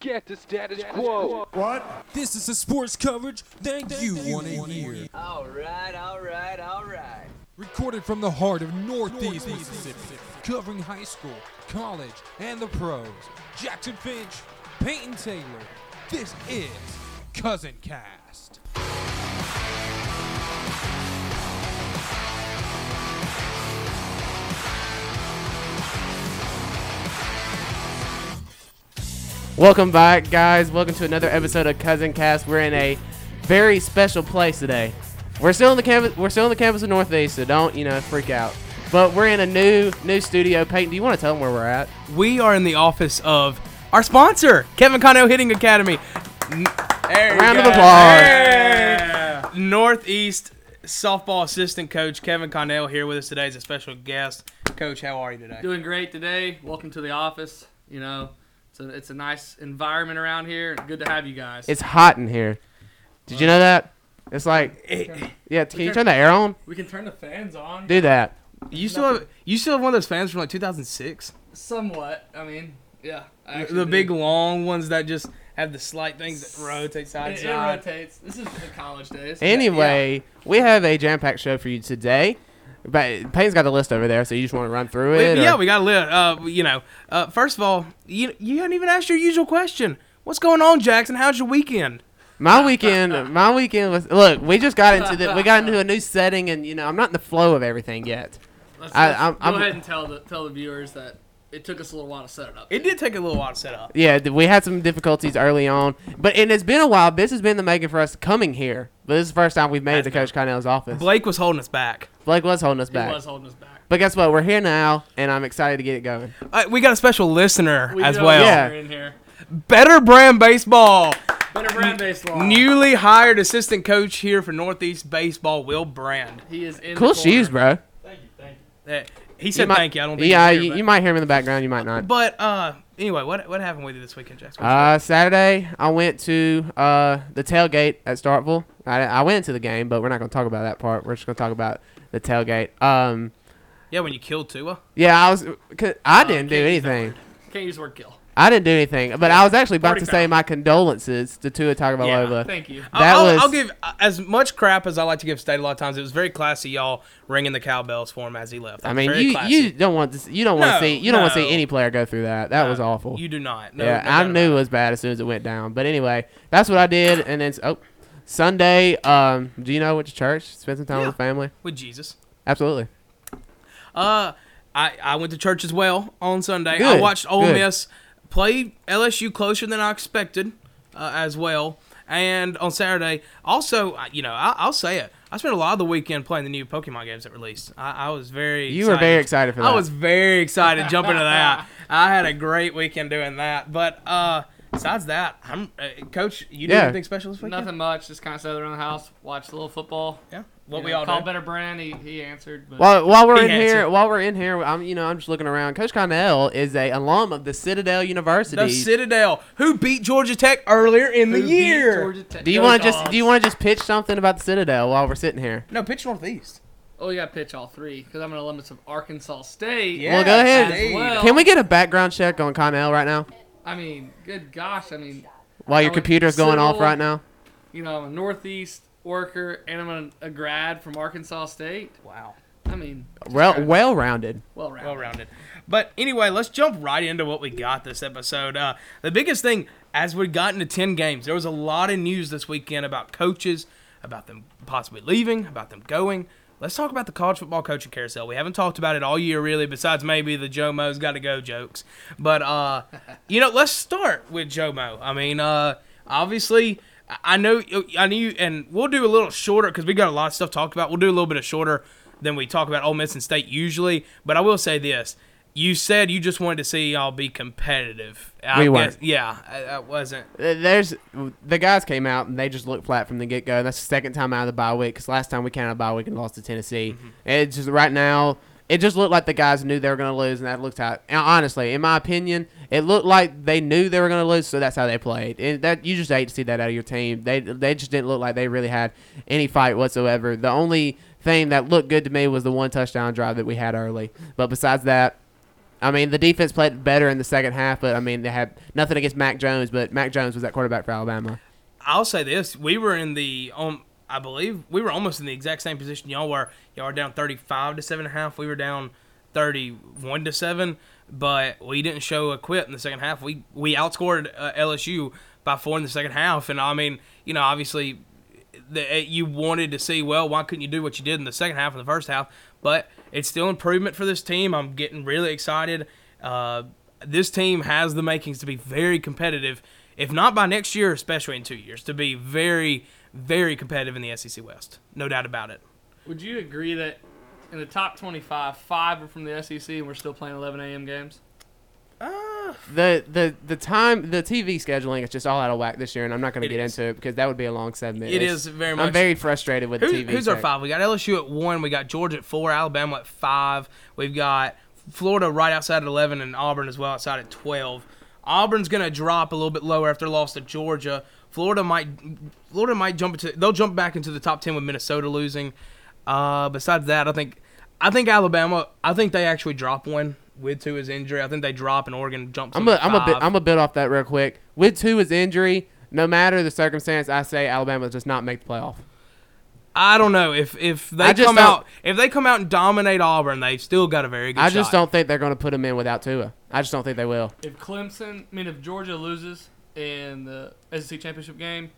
Get the status quo. This is the sports coverage that you want to hear. All right, all right, all right. Recorded from the heart of Northeast Mississippi, covering high school, college, and the pros. Jackson Finch, Peyton Taylor. This is Cousin Cast. Welcome back, guys. Welcome to another episode of Cousin Cast. We're in a very special place today. We're still on the campus. We're still on the campus of Northeast, so don't you know freak out. But we're in a new new studio. Peyton, do you want to tell them where we're at? we are in the office of our sponsor, Kevin Connell Hitting Academy. N- There you Round of go. applause. Hey. Northeast softball assistant coach Kevin Connell here with us today as a special guest. Coach, how are you today? Doing great today. Welcome to the office. You know, it's a, it's a nice environment around here. Good to have you guys. It's hot in here. Did you know that? It's like, yeah. Can you turn the air on? we can turn the fans on. Do that. You still have you still have one of those fans from like 2006, Somewhat. I mean, yeah. I actually the do. big long ones that just have the slight things that rotate side It, to it side. rotates. This is the college days. Anyway, we have a jam-packed show for you today. But Peyton's got the list over there, so you just want to run through Wait, it. yeah, or- we got to live. Uh, you know, uh, first of all, you you haven't even asked your usual question. What's going on, Jackson? How's your weekend? My weekend, my weekend was. Look, we just got into the, we got into a new setting, and you know I'm not in the flow of everything yet. Let's, I- let's I'm- go I'm- ahead and tell the tell the viewers that it took us a little while to set it up. It did take a little while to set up. Yeah, th- we had some difficulties early on, but and it's been a while. This has been the making for us coming here, but this is the first time we've made it to Coach Connell's office. Blake, Blake was holding us back. was holding us It back, was holding us back. but guess what? We're here now, and I'm excited to get it going. Uh, we got a special listener We as do have well. a Yeah. listener in here. Better Brand Baseball, Better brand based law. newly hired assistant coach here for Northeast Baseball, Will Brand. He is in. Cool the corner. shoes, bro. Uh, he said might- thank you. I don't think. yeah, he's here, you, but- you might hear him in the background. You might not. But uh, anyway, what what happened with you this weekend, Jackson? Uh, Saturday, I went to uh, the tailgate at Startville. I, I went to the game, but we're not going to talk about that part. We're just going to talk about the tailgate. Um, yeah, when you killed Tua. yeah, I was. 'cause Oh, I didn't do can't use that anything. Can't use the word kill. I didn't do anything, but I was actually about Party to say foul. my condolences to Tua Tagovailoa. Thank you. I- That I'll, was- I'll give uh, as much crap as I like to give State a lot of times. It was very classy, y'all ringing the cowbells for him as he left. I That's mean, very you, classy. you don't want to s- you don't want to No, see you don't want to no. see any player go through that. That was Uh, awful. You do not. No, yeah, no I doubt knew it was bad as soon as it went down. But anyway, that's what I did. And then s- oh, Sunday, um, do you know went to church? Spent some time Yeah. with family. about it. with Jesus. Absolutely. Uh, I, I went to church as well on Sunday. I Good, watched Ole good. Miss play LSU closer than I expected uh, as well. And on Saturday, also, I- you know, I, I'll say it. I spent a lot of the weekend playing the new Pokemon games that released. I, I was very You were very excited for that. I was very excited jumping to that. I had a great weekend doing that. But uh, besides that, I'm uh, Coach. You did Yeah. anything special this weekend? Nothing much. Just kind of sat around the house, watched a little football. Yeah. What You we know, all called did. better brand. He, he answered. But While, while we're He in had here, to. while we're in here, I'm you know I'm just looking around. Coach Connell is a alum of the Citadel University. The Citadel, who beat Georgia Tech earlier in the Who beat year. Georgia Tech- do you Go want to just Dogs. do you want to just pitch something about the Citadel while we're sitting here? No, pitch Northeast. Oh, we got to pitch all three because I'm an alumnus of Arkansas State. Yeah. well, go ahead. indeed. Well- Can we get a background check on Connell right now I mean, good gosh. I mean, while your would computer's going off settle- right now? you know, I'm a Northeast worker and I'm a, a grad from Arkansas State. Wow. I mean, Well, well rounded. well rounded. Well rounded. But anyway, let's jump right into what we got this episode. Uh, the biggest thing, as we got into 10 games, there was a lot of news this weekend about coaches, about them possibly leaving, about them going. Let's talk about the college football coaching carousel. We haven't talked about it all year, really, besides maybe the Joe Mo's got to go jokes. But, uh, you know, let's start with Joe Mo. I mean, uh, obviously. I- I know, I knew, and we'll do a little shorter because we got a lot of stuff to talk about. We'll do a little bit of shorter than we talk about Ole Miss and State usually. But I will say this: you said you just wanted to see y'all be competitive. I We weren't. yeah, I, I wasn't. Uh, There's the guys came out and they just looked flat from the get go. That's the second time out of the bye week because last time we came out of bye week and lost to Tennessee. And It's just right now. It just looked like the guys knew they were going to lose, and that looked how. and Honestly, in my opinion, it looked like they knew they were going to lose, so that's how they played. And that you just hate to see that out of your team. They they just didn't look like they really had any fight whatsoever. The only thing that looked good to me was the one touchdown drive that we had early, but besides that, I mean, the defense played better in the second half, but I mean, they had nothing against Mac Jones, but Mac Jones was that quarterback for Alabama. I'll say this: we were in the um, I believe we were almost in the exact same position y'all were. Y'all were down thirty-five to seven and a half. We were down thirty-one to seven, but we didn't show a quit in the second half. We we outscored uh, LSU by four in the second half, and I mean, you know, obviously, the, it- eh, you wanted to see well, why couldn't you do what you did in the second half and the first half? But it's still improvement for this team. I'm getting really excited. Uh, this team has the makings to be very competitive, if not by next year, especially in two years, to be very, very competitive in the SEC West. No doubt about it. Would you agree that in the top 25, five are from the SEC and we're still playing 11 a.m. games? The the the time the TV scheduling is just all out of whack this year, and I'm not going to It get is. into it because that would be a long segment. It It's- is very I'm much- very frustrated with Who, the TV. who's our schedule. five? We got LSU at one. We got Georgia at four. Alabama at five. We've got Florida right outside at eleven, and Auburn as well outside at twelve. Auburn's gonna drop a little bit lower after loss to Georgia. Florida might Florida might jump into they'll jump back into the top ten with Minnesota losing. Uh, besides that, I think I think Alabama. I think they actually drop one with two is injury. I think they drop and Oregon jumps. I'm them a, to I'm a bit five. I'm a bit off that real quick. With two is injury. No matter the circumstance, I say Alabama does not make the playoff. I don't know if if they I just come don't- out if they come out and dominate Auburn, they've still got a very good. I just shot. don't think they're going to put them in without Tua. I just don't think they will. If Clemson, I mean, if Georgia loses in the SEC championship game,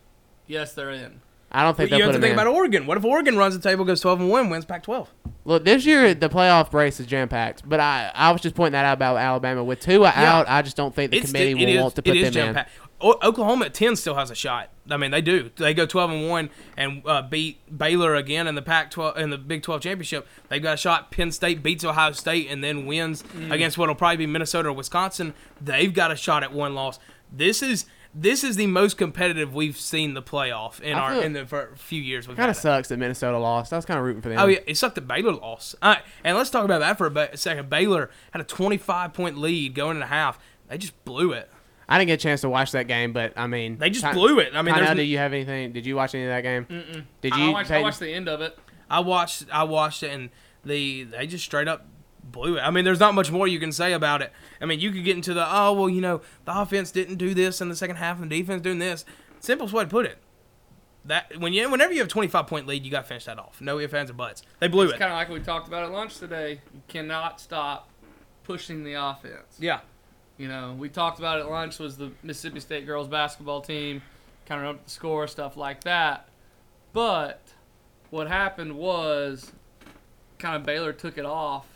yes, they're in. I don't think you they'll have put to them think in. about Oregon. What if Oregon runs the table, goes 12 and 1, wins Pac 12? Look, this year the playoff race is jam packed, but I, I was just pointing that out about Alabama with Tua out. I just don't think the committee will want to put them in. Oklahoma at 10 still has a shot. I mean, they do. They go 12 and 1 and uh, beat Baylor again in the Pac 12 in the Big 12 championship. They've got a shot. Penn State beats Ohio State and then wins Mm. against what'll probably be Minnesota or Wisconsin. They've got a shot at one loss. This is this is the most competitive we've seen the playoff in I our feel- in the fir- few years we've Kind had of it. sucks that Minnesota lost. I was kind of rooting for them. Oh yeah, it sucked that Baylor lost. All right, and let's talk about that for a, ba- second. Baylor had a 25 point lead going into half. They just blew it. I didn't get a chance to watch that game, but I mean, They just Ty- blew it. I mean, Tynell, there's- do you have anything? Did you watch any of that game? Mm-mm. Did you? I watched, I Peyton? watched the end of it. I watched I watched it and they they just straight up blew it. I mean, there's not much more you can say about it. I mean, you could get into the oh well, you know, the offense didn't do this in the second half and the defense doing this. Simplest way to put it. That when you whenever you have a 25 point lead, you got to finish that off. No ifs ands or buts. They blew It's it. kind of like we talked about at lunch today. You cannot stop pushing the offense. yeah. You know, we talked about at lunch was the Mississippi State girls basketball team, kind of up the score, stuff like that. But what happened was kind of Baylor took it off.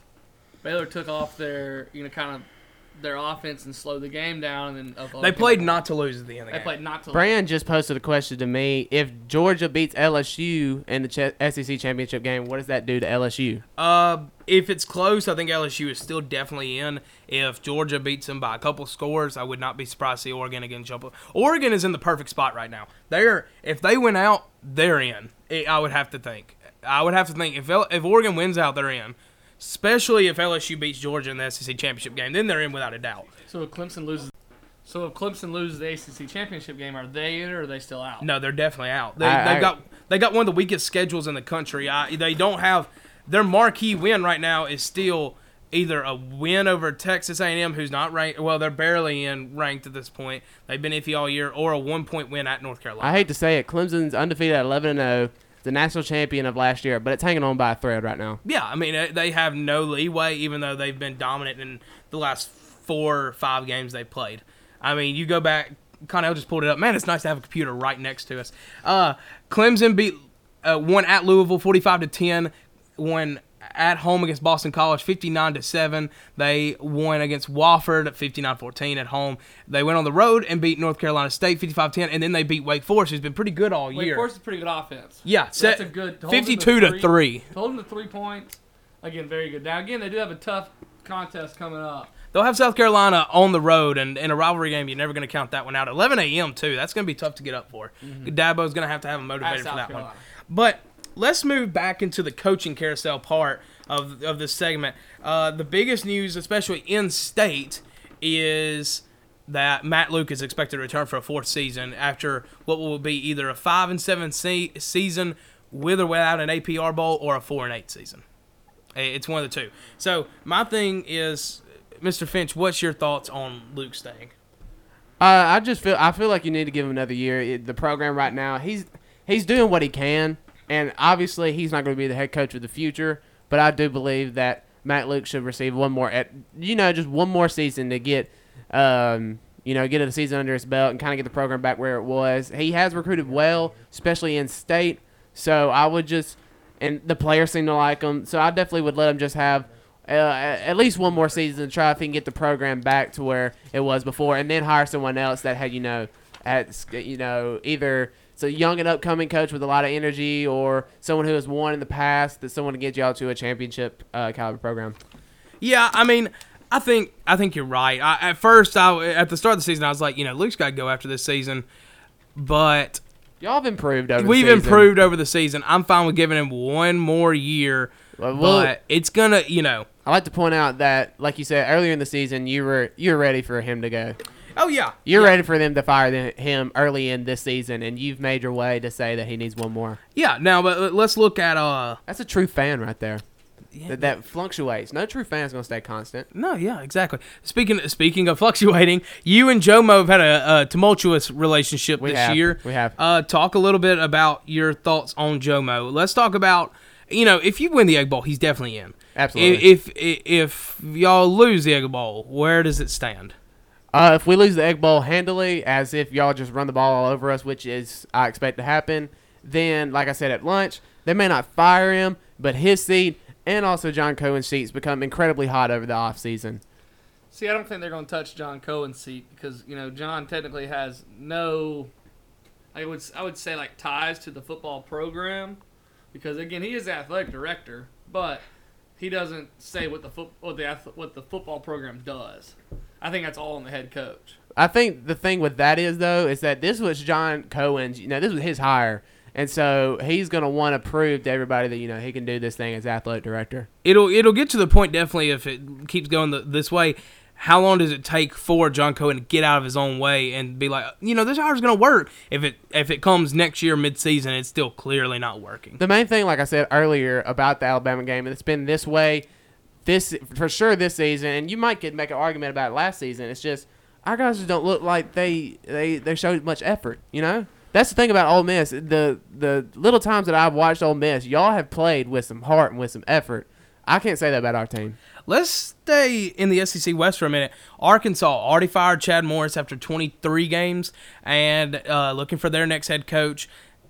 Baylor took off their, you know, kind of their offense and slowed the game down. And then Oklahoma They came played back. not to lose at the end of the They game. played not to. Brand just posted a question to me: If Georgia beats LSU in the ch- SEC championship game, what does that do to LSU? Uh, if it's close, I think LSU is still definitely in. If Georgia beats them by a couple scores, I would not be surprised to see Oregon again jump up. Oregon is in the perfect spot right now. They're if they win out, they're in. I I would have to think. I would have to think if L- if Oregon wins out, they're in. Especially if LSU beats Georgia in the SEC championship game, then they're in without a doubt. So if Clemson loses, so if Clemson loses the ACC championship game, are they in or are they still out? No, they're definitely out. They, I- they've I- got they got one of the weakest schedules in the country. I, they don't have their marquee win right now is still either a win over Texas A&M, who's not ranked. Well, they're barely in ranked at this point. They've been iffy all year, or a one point win at North Carolina. I hate to say it, Clemson's undefeated at 11 and 0, the national champion of last year, but it's hanging on by a thread right now. yeah, I mean uh, they have no leeway, even though they've been dominant in the last four or five games they played. I mean, you go back. Connell just pulled it up. Man, it's nice to have a computer right next to us. Uh, Clemson beat uh, one at Louisville, forty-five to ten. One at home against Boston College, fifty-nine to seven. They won against Wofford, 59-14 at home. They went on the road and beat North Carolina State, 55-10, and then they beat Wake Forest, who's been pretty good all Wake year. Forest is a pretty good offense. yeah, So that's set- a good to hold them fifty-two to three. To hold them to three points, again, very good. Now, again, they do have a tough contest coming up. They'll have South Carolina on the road, and in a rivalry game, you're never going to count that one out. 11 a.m. too. That's going to be tough to get up for. Dabo's going to have to have him motivated At for Mm-hmm. South that one. Carolina. But let's move back into the coaching carousel part of of this segment. Uh, the biggest news, especially in state, is that Matt Luke is expected to return for a fourth season after what will be either a five and seven se- season with or without an APR bowl or a four and eight season. It's one of the two. So my thing is, Mr. Finch, what's your thoughts on Luke staying? Uh, I just feel I feel like you need to give him another year. It- the program right now, he's he's doing what he can, and obviously he's not going to be the head coach of the future. But I do believe that Matt Luke should receive one more at you know just one more season to get um you know get a season under his belt and kind of get the program back where it was. He has recruited well, especially in state. So I would just and the players seem to like him. So I definitely would let him just have uh, at least one more season to try if he can get the program back to where it was before, and then hire someone else that had you know, at you know either it's a young and upcoming coach with a lot of energy or someone who has won in the past that someone to get y'all to a championship uh, caliber program. Yeah, I mean, I think I think you're right. I, at first, I at the start of the season, I was like, you know, Luke's got to go after this season, but Y'all have improved over. the we've season. improved over the season. I'm fine with giving him one more year, Well, we'll- but it's gonna, you know. I like to point out that, like you said earlier in the season, you were you were ready for him to go. Oh yeah, You're ready for them to fire th- him early in this season, and you've made your way to say that he needs one more. yeah. Now, but let's look at uh. That's a true fan right there. that, that fluctuates. No true fan's gonna stay constant. No, yeah, exactly. Speaking speaking of fluctuating, you and Jomo have had a, a tumultuous relationship We this have. year. We have. Uh, talk a little bit about your thoughts on Jomo. Let's talk about you know if you win the Egg Bowl, he's definitely in. Absolutely. If if, if y'all lose the Egg Bowl, where does it stand? Uh, if we lose the Egg Bowl handily, as if y'all just run the ball all over us, which is I expect to happen, then like I said at lunch, they may not fire him, but his seat and also John Cohen's seats become incredibly hot over the offseason. See, I don't think they're going to touch John Cohen's seat because you know John technically has no, I would I would say like ties to the football program, because again he is the athletic director, but he doesn't say what the foot what the ath- what the football program does. I think that's all on the head coach. I think the thing with that is though is that this was John Cohen's. You know, this was his hire, and so he's gonna want to prove to everybody that you know he can do this thing as athletic director. It'll it'll get to the point definitely if it keeps going the, this way. How long does it take for John Cohen to get out of his own way and be like, you know, this hour's gonna work? If it if it comes next year midseason, it's still clearly not working. the main thing, like I said earlier, about the Alabama game, and it's been this way, this for sure this season, and you might could make an argument about it last season. It's just our guys just don't look like they they they showed much effort. You know, that's the thing about Ole Miss. The the little times that I've watched Ole Miss, y'all have played with some heart and with some effort. I can't say that about our team. Let's stay in the SEC West for a minute. Arkansas already fired Chad Morris after 23 games and uh, looking for their next head coach.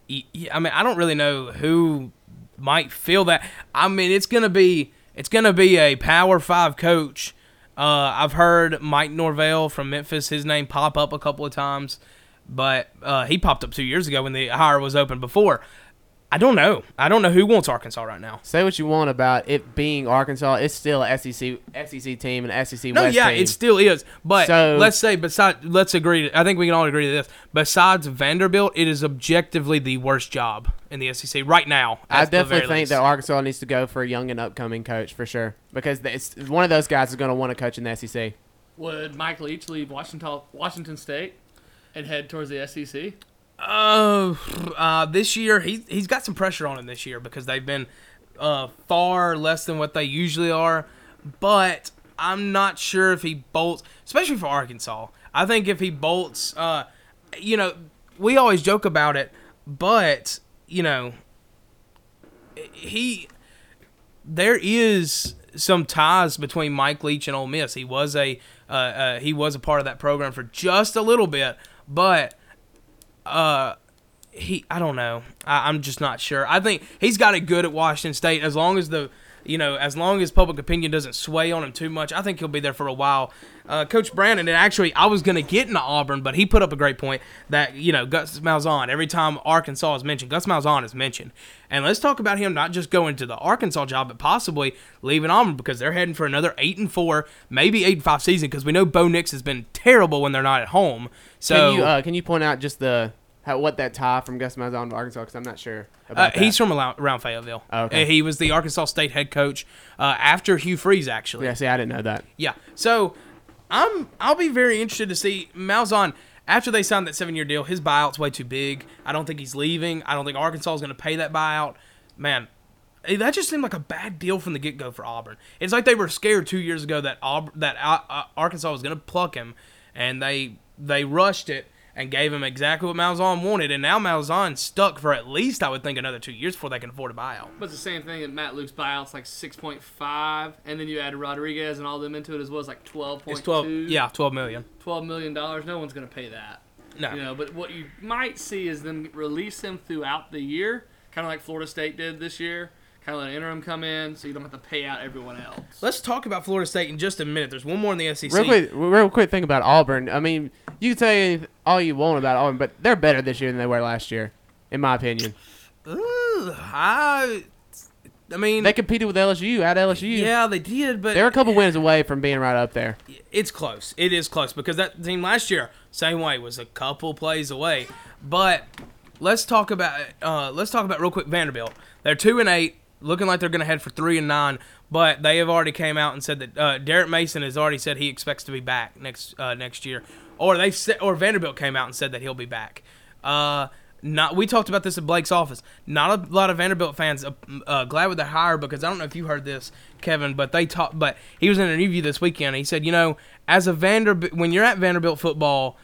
Y- y- I mean, I don't really know who might feel that. I mean, it's gonna be it's gonna be a Power Five coach. Uh, I've heard Mike Norvell from Memphis, his name pop up a couple of times, but uh, he popped up two years ago when the hire was open before. I don't know. I don't know who wants Arkansas right now. Say what you want about it being Arkansas, it's still a E SEC SEC team and SEC No, West yeah, team. it still is. But So- let's say besides, let's agree. I think we can all agree to this. Besides Vanderbilt, it is objectively the worst job in the SEC right now. I at the definitely very think least. that Arkansas needs to go for a young and upcoming coach for sure because th- it's one of those guys is going to want to coach in the E SEC. Would Mike Leach leave Washington Washington State and head towards the E SEC? Uh, uh, this year he he's got some pressure on him this year because they've been uh, far less than what they usually are. But I'm not sure if he bolts, especially for Arkansas. I think if he bolts, uh, you know, we always joke about it, but you know, he there is some ties between Mike Leach and Ole Miss. He was a uh, uh, he was a part of that program for just a little bit, but uh, he I don't know. I, I'm just not sure. I think he's got it good at Washington State as long as the you know as long as public opinion doesn't sway on him too much. I think he'll be there for a while. Uh, Coach Brandon, and actually, I was going to get into Auburn, but he put up a great point that, you know, Gus Malzahn, every time Arkansas is mentioned, Gus Malzahn is mentioned. And let's talk about him not just going to the Arkansas job, but possibly leaving Auburn because they're heading for another 8 and 4, maybe 8 and 5 season because we know Bo Nix has been terrible when they're not at home. So Can you uh, can you point out just the how, what that tie from Gus Malzahn to Arkansas? Because I'm not sure. Uh, About he's that. from alou- around Fayetteville. Oh, okay. Uh, He was the Arkansas State head coach uh, after Hugh Freeze, actually. yeah. See, I didn't know that. Yeah. So I'm I'll be very interested to see Malzahn after they signed that seven year deal. His buyout's way too big. I don't think he's leaving. I don't think Arkansas is going to pay that buyout. Man, eh, that just seemed like a bad deal from the get go for Auburn. It's like they were scared two years ago that Aub- that uh, uh, Arkansas was going to pluck him, and they they rushed it and gave him exactly what Malzahn wanted, and now Malzahn's stuck for at least I would think another two years before they can afford a buyout. But it's the same thing that Matt Luke's buyout's like 6.5, and then you add Rodriguez and all them into it as well. It's like 12.2. It's twelve, yeah, twelve million. $12 million. dollars. No one's going to pay that. No, You know, but what you might see is them release him throughout the year, kind of like Florida State did this year. Kind of let an interim come in, so you don't have to pay out everyone else. let's talk about Florida State in just a minute. There's one more in the E SEC. Real quick, real quick thing about Auburn. I mean, you can say all you want about Auburn, but they're better this year than they were last year, in my opinion. Ooh, I, I mean, They competed with LSU at LSU. yeah, they did, but They're a couple wins away from being right up there. it's close. It is close because that team last year, same way, was a couple plays away. But let's talk about uh, let's talk about real quick Vanderbilt. They're two and eight, looking like they're going to head for three and nine. But they have already came out and said that uh, Derek Mason has already said he expects to be back next uh, next year, or they said, or Vanderbilt came out and said that he'll be back. Uh, not we talked about this at Blake's office. Not a lot of Vanderbilt fans uh, uh, glad with the hire because I don't know if you heard this, Kevin, but they talked. But he was in an interview this weekend. And he said, you know, as a Vanderbilt, when you're at Vanderbilt football,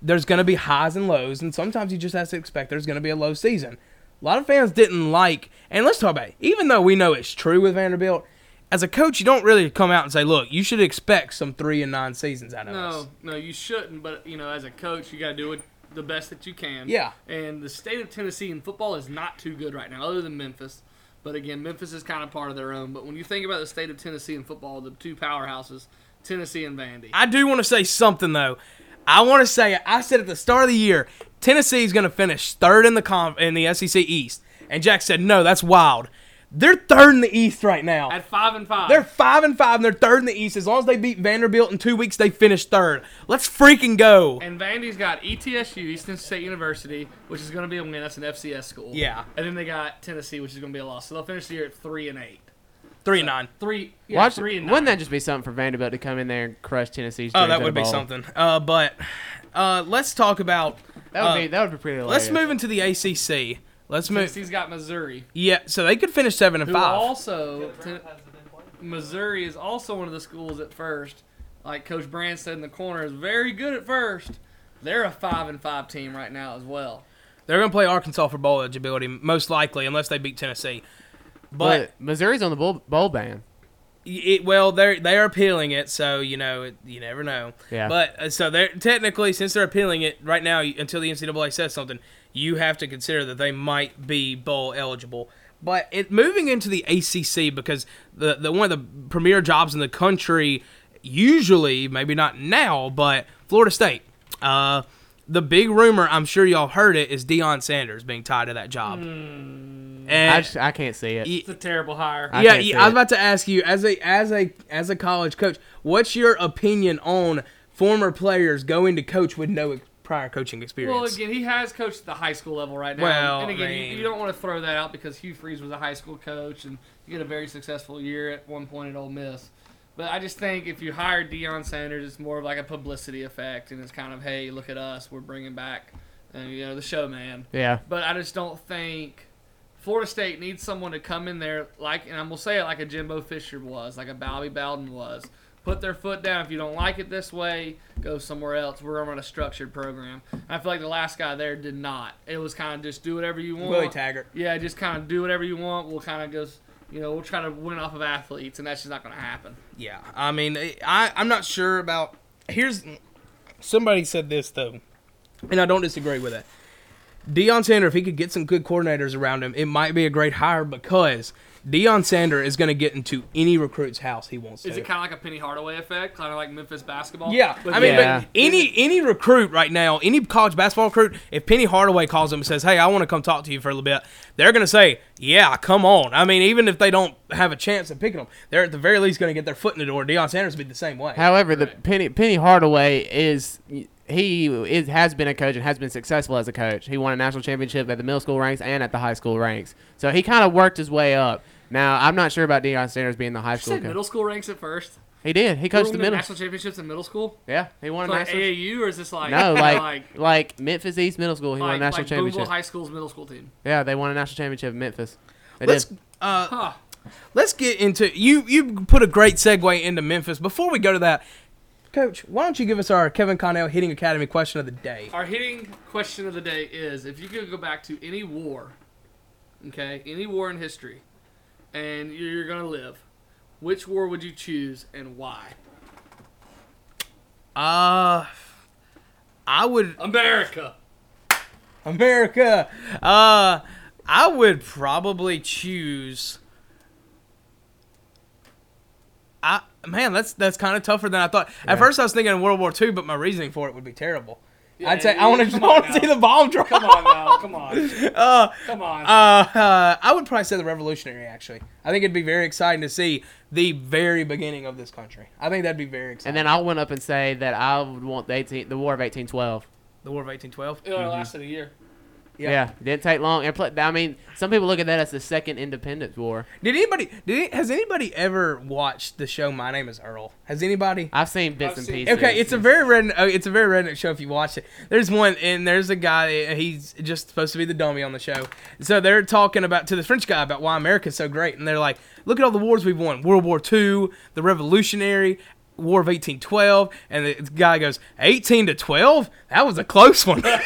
there's going to be highs and lows, and sometimes you just have to expect there's going to be a low season. A lot of fans didn't like, and let's talk about it. Even though we know it's true with Vanderbilt, as a coach, you don't really come out and say, look, you should expect some three and nine seasons out of us. No, Oh, no, you shouldn't. But you know, as a coach, you got to do it the best that you can. Yeah. And the state of Tennessee in football is not too good right now, other than Memphis. But again, Memphis is kind of part of their own. But when you think about the state of Tennessee in football, the two powerhouses, Tennessee and Vandy. I do want to say something though. I want to say I said at the start of the year Tennessee is going to finish third in the conf- in the SEC East, and Jack said no, that's wild. They're third in the East right now. At five and five. They're five and five, and they're third in the East. As long as they beat Vanderbilt in two weeks, they finish third. Let's freaking go! And Vandy's got E ETSU, Eastern State University, which is going to be a win. That's an FCS school. Yeah. And then they got Tennessee, which is going to be a loss. So they'll finish the year at three and eight. Three and nine. Three. Yeah, Watch- three and nine. wouldn't that just be something for Vanderbilt to come in there and crush Tennessee's? Oh, dreams that in would a be bowl? something. Uh, but uh, let's talk about. That would uh, be that would be pretty. Hilarious. Let's move into the ACC. Let's move. Tennessee's got Missouri, Yeah, so they could finish seven and who five. also Ten- Missouri is also one of the schools at first. Like Coach Brand said in the corner, is very good at first. They're a five and five team right now as well. They're going to play Arkansas for bowl eligibility, most likely, unless they beat Tennessee. But But Missouri's on the bowl, bowl ban. it, well, they're they are appealing it, so you know it, you never know. Yeah. But uh, so they're technically since they're appealing it right now until the NCAA says something, you have to consider that they might be bowl eligible. But it moving into the ACC because the the one of the premier jobs in the country, usually maybe not now, but Florida State. Uh, the big rumor I'm sure y'all heard it is Deion Sanders being tied to that job. And Hmm. I, just, I can't see it. Ye- It's a terrible hire. I yeah, can't see yeah I was it. about to ask you as a as a as a college coach, what's your opinion on former players going to coach with no ex- prior coaching experience? Well, again, he has coached at the high school level right now. Well, and again, I you- mean- you, don't want to throw that out because Hugh Freeze was a high school coach and he had a very successful year at one point at Ole Miss. But I just think if you hire Deion Sanders, it's more of like a publicity effect, and it's kind of, hey, look at us, we're bringing back, and you know, the showman. Yeah, But I just don't think Florida State needs someone to come in there like, and I'm gonna say it like a Jimbo Fisher was, like a Bobby Bowden was. Put their foot down. If you don't like it this way, go somewhere else. We're gonna run a structured program. And I feel like the last guy there did not. It was kind of just do whatever you want. Willie Taggart. Yeah, just kind of do whatever you want. We'll kind of just, you know, we'll try to win off of athletes, and that's just not gonna happen. Yeah, I mean, eh, I I'm not sure about. Here's somebody said this though, and I don't disagree with it. Deion Sander, if he could get some good coordinators around him, it might be a great hire because Deion Sander is going to get into any recruit's house he wants to. Is it kind of like a Penny Hardaway effect, kind of like Memphis basketball? Yeah, But I mean, Yeah. but any any recruit right now, any college basketball recruit, if Penny Hardaway calls them and says, "Hey, I want to come talk to you for a little bit," they're gonna say, "Yeah, come on." I mean, even if they don't have a chance of picking them, they're at the very least gonna get their foot in the door. Deion Sanders would be the same way. However, the Penny Penny Hardaway is he is has been a coach and has been successful as a coach. He won a national championship at the middle school ranks and at the high school ranks. So he kind of worked his way up. Now I'm not sure about Deion Sanders being the high you school said coach. middle school ranks at first. He did. He coached the middle. national championships in middle school. Yeah, he won a like national. AAU or is this like No, like, like like Memphis East Middle School, he won a like, national like Boonville championship. High School's middle school team? Yeah, they won a national championship in Memphis. They let's did. uh, Huh. let's get into you. You put a great segue into Memphis. Before we go to that, Coach, why don't you give us our Kevin Connell Hitting Academy question of the day? Our hitting question of the day is if you could go back to any war, okay, any war in history, and you're going to live, which war would you choose and why? Uh, I would America. America. Uh, I would probably choose. I man, that's that's kind of tougher than I thought. At first, I was thinking World War II, but my reasoning for it would be terrible. I'd say I yeah, want to come on now. see the bomb drop. Come on now. Come on. Uh, Come on. Uh, uh, I would probably say the Revolutionary. Actually, I think it'd be very exciting to see the very beginning of this country. I think that'd be very exciting. And then I went up and say that I would want the 18, the War of 1812. the War of 1812. it only lasted a year. Yeah. Yeah, didn't take long. And pl- I mean, some people look at that as the second Independence War. Did anybody? Did any- has anybody ever watched the show My Name Is Earl? Has anybody? I've seen bits I've and seen- pieces. Okay, it's a very redneck. uh, It's a very redneck show if you watch it. There's one, and there's a guy. uh, He's just supposed to be the dummy on the show. So they're talking about to the French guy about why America's so great, and they're like, "Look at all the wars we've won: World War II, the Revolutionary War of 1812." And the guy goes, "18 to 12? That was a close one."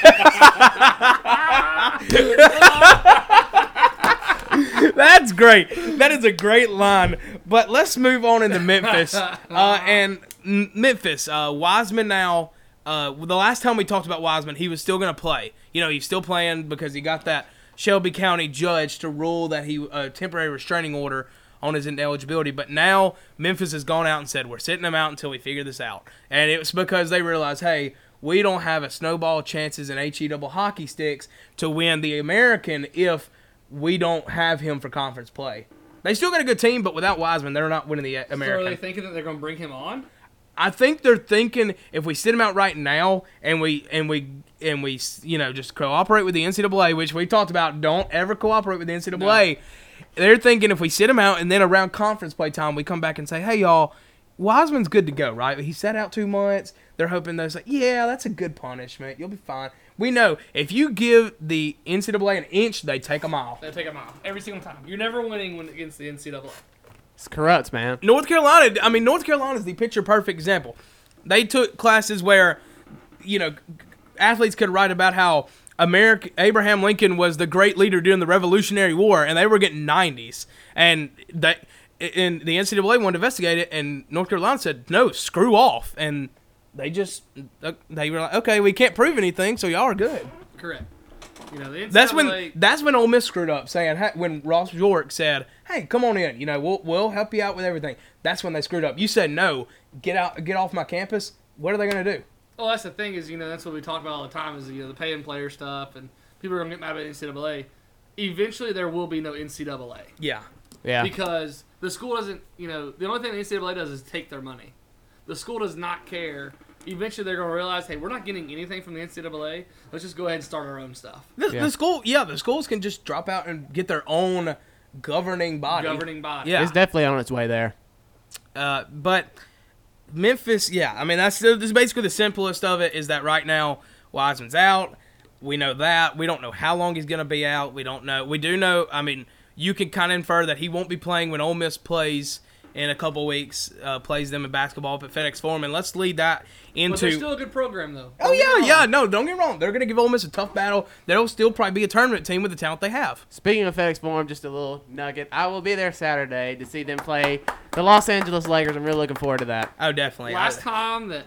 That's great. That is a great line. But let's move on into Memphis. Uh, and M- Memphis, uh, Wiseman now. Uh, the last time we talked about Wiseman, he was still going to play. You know, he's still playing because he got that Shelby County judge to rule that he uh, temporary restraining order on his ineligibility. But now Memphis has gone out and said we're sitting him out until we figure this out. And it was because they realized, hey, we don't have a snowball chances in HE double hockey sticks to win the American if we don't have him for conference play. They still got a good team, but without Wiseman, they're not winning the uh, American. So are they thinking that they're going to bring him on? I think they're thinking if we sit him out right now and we and we and we you know just cooperate with the NCAA, which we talked about, don't ever cooperate with the NCAA. They're thinking if we sit him out and then around conference play time, we come back and say, hey y'all, Wiseman's good to go, right? He sat out two months. They're hoping those like, yeah, that's a good punishment. You'll be fine. We know if you give the NCAA an inch, they take a mile. They take him out every single time. You're never winning when against the NCAA. it's corrupt, man. North Carolina. I mean, North Carolina is the picture perfect example. They took classes where, you know, athletes could write about how America Abraham Lincoln was the great leader during the Revolutionary War, and they were getting nineties. And they and the NCAA wanted to investigate it, and North Carolina said no, screw off, and they just they were like, okay, we can't prove anything, so y'all are good. Correct. You know, the NCAA, That's when that's when Ole Miss screwed up, saying "Hey," when Ross York said, "Hey, come on in, you know, we'll we'll help you out with everything." That's when they screwed up. You said no, get out, get off my campus. What are they gonna do? Well, that's the thing is, you know, that's what we talk about all the time is, you know, the paying player stuff and people are going to get mad about NCAA. Eventually, there will be no NCAA Yeah, Yeah, because the school doesn't, you know, the only thing the NCAA does is take their money. The school does not care. Eventually, they're going to realize, hey, we're not getting anything from the NCAA. Let's just go ahead and start our own stuff. the, Yeah. the school, yeah, the schools can just drop out and get their own governing body. Governing body. Yeah. it's definitely on its way there. Uh, but Memphis, yeah, I mean that's, that's basically the simplest of it is that right now Wiseman's out. We know that. We don't know how long he's gonna be out. We don't know. We do know. I mean, you can kind of infer that he won't be playing when Ole Miss plays in a couple weeks. Uh, plays them in basketball up at FedEx Forum, and let's lead that But into. they're still a good program, though. oh yeah, yeah. No, don't get me wrong. They're gonna give Ole Miss a tough battle. They'll still probably be a tournament team with the talent they have. Speaking of FedEx Forum, just a little nugget. I will be there Saturday to see them play the Los Angeles Lakers. I'm really looking forward to that. Oh, definitely. Last I- time that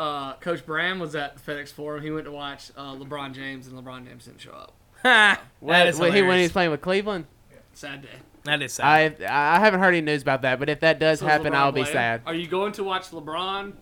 uh, Coach Bram was at the FedEx Forum, he went to watch uh, LeBron James, and LeBron James didn't show up. Ha, that is when he when hilarious. he's playing with Cleveland, Sad day. That is sad. I I haven't heard any news about that. But if that does So is happen, LeBron I'll be playing? sad. Are you going to watch LeBron?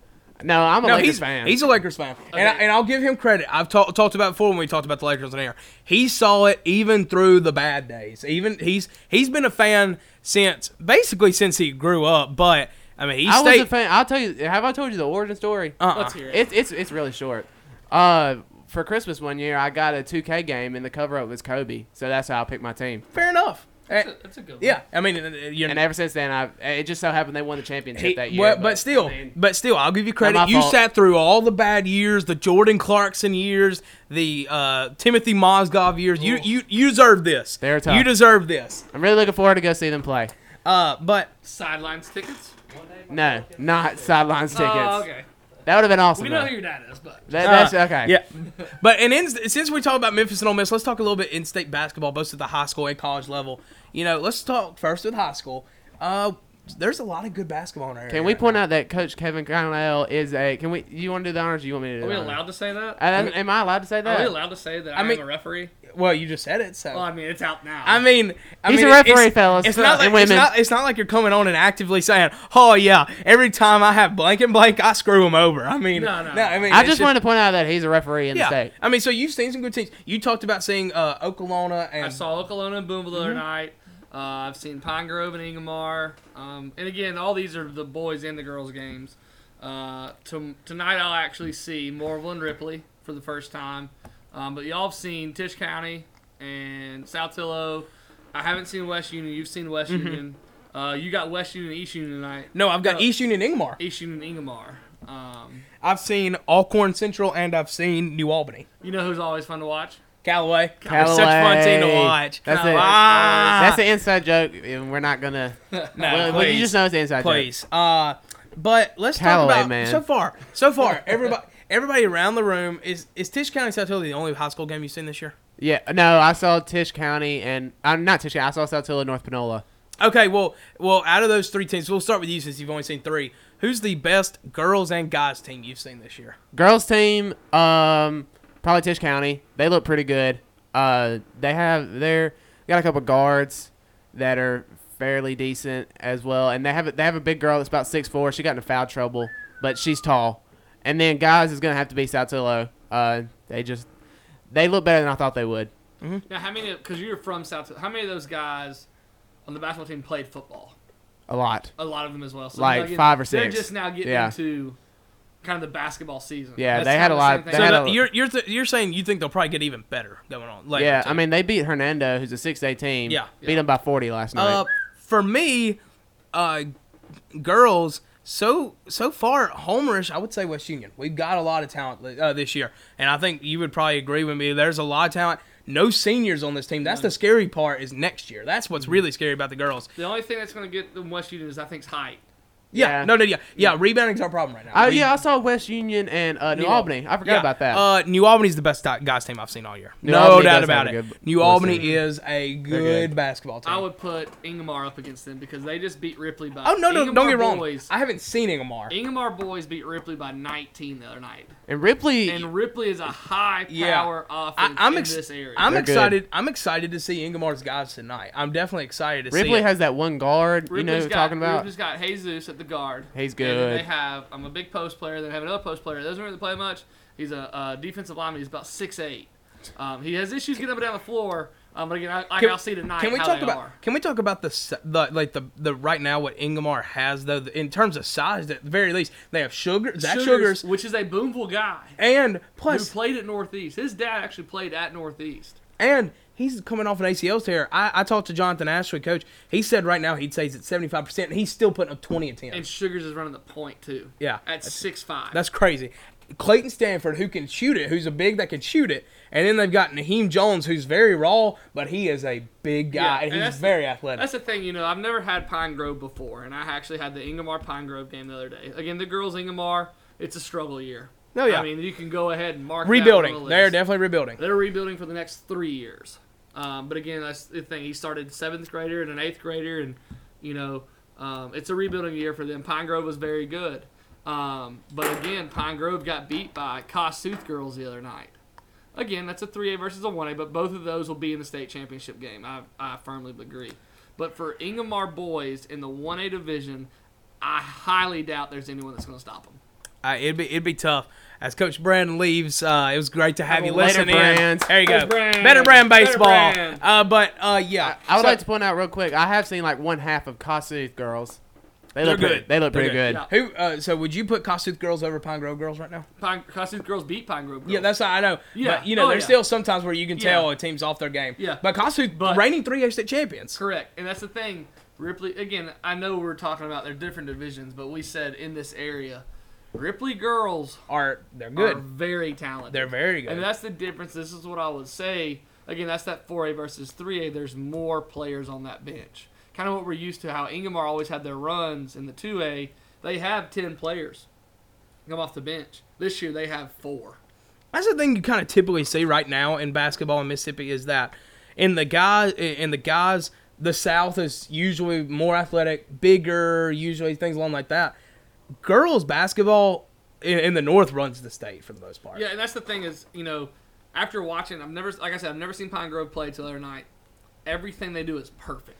No, I'm a No, Lakers he's fan. He's a Lakers fan, and, I, Okay. and I'll give him credit. I've ta- talked about it before when we talked about the Lakers on air. He saw it even through the bad days. Even he's he's been a fan since basically since he grew up. But I mean, he I was stayed. a fan. I'll tell you. Have I told you the origin story? uh-uh. Let's hear it. It's it's it's really short. Uh, for Christmas one year, I got a 2K game, and the cover up was Kobe, so that's how I picked my team. Fair enough. Eh, That's a, that's a good Yeah, I mean, uh, uh, you know, And ever since then, I've it just so happened they won the championship He- that year. well, but, still, I mean, but still, I'll give you credit. my You fault. sat through all the bad years, the Jordan Clarkson years, the uh, Timothy Mozgov years. You, you you deserve this. They're tough. You deserve this. I'm really looking forward to go see them play. Uh, but one. Sidelines tickets? No, not sidelines tickets. Oh, okay. That would have been awesome. We know though. who your dad is, but That- that's Uh, okay. yeah, but and in, since we talk about Memphis and Ole Miss, let's talk a little bit in-state basketball, both at the high school and college level. You know, let's talk first with high school. Uh, there's a lot of good basketball in our area. Can we point out that Coach Kevin Connell is a? Can we? You want to do the honors? Or you want me to do? are the we honors? allowed to say that? Uh, that- am I allowed to say that? Are we allowed to say that I, mean- am a referee? Well, you just said it, so. Well, I mean, it's out now. I mean, I He's mean, a referee, it's- fellas, It's not, and like, it's, women. not, it's not like you're coming on and actively saying, "Oh yeah, every time I have blank and blank, I screw him over." I mean, No, no. I mean, I it's just wanted to point out that he's a referee in yeah. the state. I mean, so you've seen some good teams. You talked about seeing uh, Oklahoma and I saw Oklahoma and Boonville the other night. Uh, I've seen Pine Grove and Ingomar. Um, and again, all these are the boys and the girls games. Uh, to, tonight, I'll actually see Morville and Ripley for the first time. Um, but y'all have seen Tish County and South Hillo. I haven't seen West Union. You've seen West Union. Uh, you got West Union and East Union tonight. no, I've got No. East Union Ingmar. East Union and Ingomar. Um, I've seen Alcorn Central and I've seen New Albany. you know who's always fun to watch? Callaway, Callaway. such fun team to watch. That's it. Ah, That's an inside joke, and we're not gonna. no, well, well, you please. just know it's an inside joke. please. Uh, but let's Callaway, talk about man. so far. So far, everybody, everybody around the room is is Tish County South Hilda the only high school game you've seen this year? Yeah, no, I saw Tish County, and I'm not Tish County. I saw South Tilla, North Panola. Okay, well, well, out of those three teams, we'll start with you since you've only seen three. Who's the best girls and guys team you've seen this year? Girls team, um, probably Tish County. They look pretty good. Uh, they have they're they got a couple guards that are fairly decent as well, and they have a, they have a big girl that's about six four. She got into foul trouble, but she's tall. And then guys is gonna have to be Saltillo. Uh, they just they look better than I thought they would. Now, how many, because you're from South, how many of those guys on the basketball team played football? A lot. a lot of them as well. So Like they're getting- five or six. They're just now getting Yeah. into kind of the basketball season. Yeah, That's they had kinda a the lot- same thing. they So had the- a- you're, you're th- you're saying you think they'll probably get even better going on later. Yeah, too. I mean they beat Hernando, who's a six eight team. Yeah. beat him by forty last night. uh, for me, uh, girls. So so far, homerish. I would say West Union. We've got a lot of talent uh, this year, and I think you would probably agree with me. There's a lot of talent. No seniors on this team. That's the scary part. Is next year. That's Mm-hmm. what's really scary about the girls. the only thing that's going to get them West Union is I think's height. Yeah. Yeah. No. No. Yeah. Yeah. Rebounding's our problem right now. oh We- yeah, I saw West Union and uh, New, New Albany. I forgot yeah. about that. Uh, New Albany's the best ti- guys team I've seen all year. New no Albany doubt does have about it. a good New boys Albany team. is a good, good. basketball team. I would put Ingemar up against them because they just beat Ripley by. oh no, no, don't Ingomar get wrong. Boys, I haven't seen Ingmar. Ingemar boys beat Ripley by 19 the other night, and Ripley, and Ripley is a high Yeah. power I, offense I'm in ex- this area. I'm They're good. excited. I'm excited to see Ingemar's guys tonight. I'm definitely excited to see. Ripley it. has that one guard. you know Ripley's what I'm got- talking about? Ripley's got Jesus at the guard. He's And then good. they have I'm a big post player. Then they have another post player. Doesn't really play much. He's a, uh defensive lineman. He's about six eight. Um, he has issues getting up and down the floor. Um, but again, I, I, Can- I'll see tonight Can we how talk they about? are. Can we talk about the s- the like the the right now what Ingemar has though the, in terms of size at the very least they have Sugar Zach Sugars, which is a Boonville guy and who plus played at Northeast. His dad actually played at Northeast. and he's coming off an ACL tear. I, I talked to Jonathan Ashley, coach. He said right now he'd say he's at seventy five percent and he's still putting up twenty and ten. And Sugars is running the point too. Yeah. at six five. That's crazy. Clayton Stanford, who can shoot it, who's a big that can shoot it, and then they've got Naheem Jones, who's very raw, but he is a big guy Yeah, and and he's that's the- very athletic. That's the thing, you know. I've never had Pine Grove before, and I actually had the Ingemar Pine Grove game the other day. Again, the girls Ingemar, it's a struggle year. Oh, yeah. I mean, you can go ahead and mark that on rebuilding. the They're list. definitely rebuilding. They're rebuilding for the next three years. Um, but again, that's the thing. He started seventh grader and an eighth grader, and you know, um, it's a rebuilding year for them. Pine Grove was very good, um, but again, Pine Grove got beat by Kossuth girls the other night. Again, that's a 3A versus a 1A, but both of those will be in the state championship game. I, I firmly agree. But for Ingemar boys in the 1A division, I highly doubt there's anyone that's going to stop them. Uh, it'd be it'd be tough. As Coach Brand leaves, uh, it was great to have you Later, listen in. Brand. There you go. Coach Brand. Better brand Better baseball. Brand. Uh, but uh, yeah, I would So- like to point out real quick. I have seen like one half of Kossuth girls. They look They're pretty, good. They look They're pretty good. Yeah. Who? Uh, so would you put Kossuth girls over Pine Grove girls right now? Pine, Costume Girls beat Pine Grove Girls. Yeah, that's how I know. Yeah. But you know, Oh, there's yeah. still sometimes where you can Yeah. tell a team's off their game. Yeah. But Kossuth, But- reigning three A state champions. correct. And that's the thing. Ripley, again, I know we're talking about their different divisions, but we said in this area, Ripley girls Are they're are good. very talented. They're very good. And that's the difference. This is what I would say. Again, that's that 4A versus 3A. There's more players on that bench. Kind of what we're used to, how Ingemar always had their runs in the 2A. They have 10 players come off the bench. This year, they have four. That's the thing you kind of typically see right now in basketball in Mississippi is that in the guys in the guys the South is usually more athletic, bigger, usually things along like that. Girls basketball in, in the North runs the state for the most part. Yeah, and that's the thing is, you know, after watching, I've never, like I said, I've never seen Pine Grove play till the other night. Everything they do is perfect.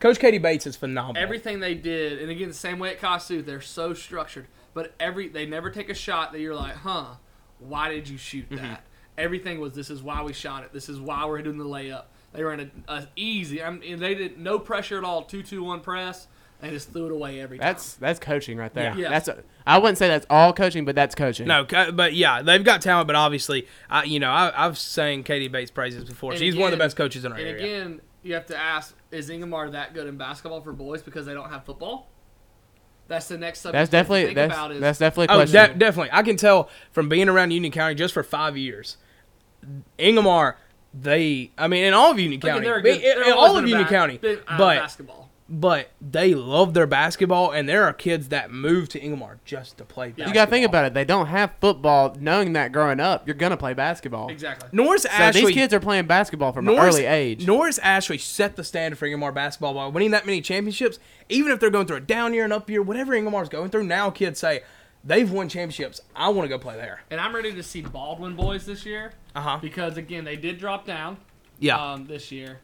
Coach Katie Bates is phenomenal. Everything they did, and again, the same way at Kasu, they're so structured. But every they never take a shot that you're like, huh, why did you shoot that? Everything was this is why we shot it. This is why we're doing the layup. They were in a, a easy. I mean, they did no pressure at all. Two two one press. They just threw it away every time. That's that's coaching right there. Yeah. Yeah. That's a, I wouldn't say that's all coaching, but that's coaching. No, ca- but yeah, they've got talent. But obviously, I, you know, I, I've sang Katie Bates praises before. And She's one of the again- best coaches in our And area. again, you have to ask: Is Ingemar that good in basketball for boys because they don't have football? That's the next subject. that's you have definitely to think about that's is, that's definitely a oh, question. de- definitely. I can tell from being around Union County just for five years. Ingemar, they, I mean, in all of Union Again, County, they're a good- in- they're in always all of been a Union ba- County, been, uh, but basketball. but they love their basketball, and there are kids that move to Ingemar just to play. Basketball. you gotta think about it. They don't have football. Knowing that growing up, you're gonna play basketball. Exactly. Norris So Ashley. these kids are playing basketball from an Norris, early age. Norris Ashley set the standard for Ingemar basketball by winning that many championships. Even if they're going through a down year and up year, whatever Ingemar's going through, now kids say they've won championships. I want to go play there. And I'm ready to see Baldwin boys this year Uh huh. because again they did drop down Yeah. um, this year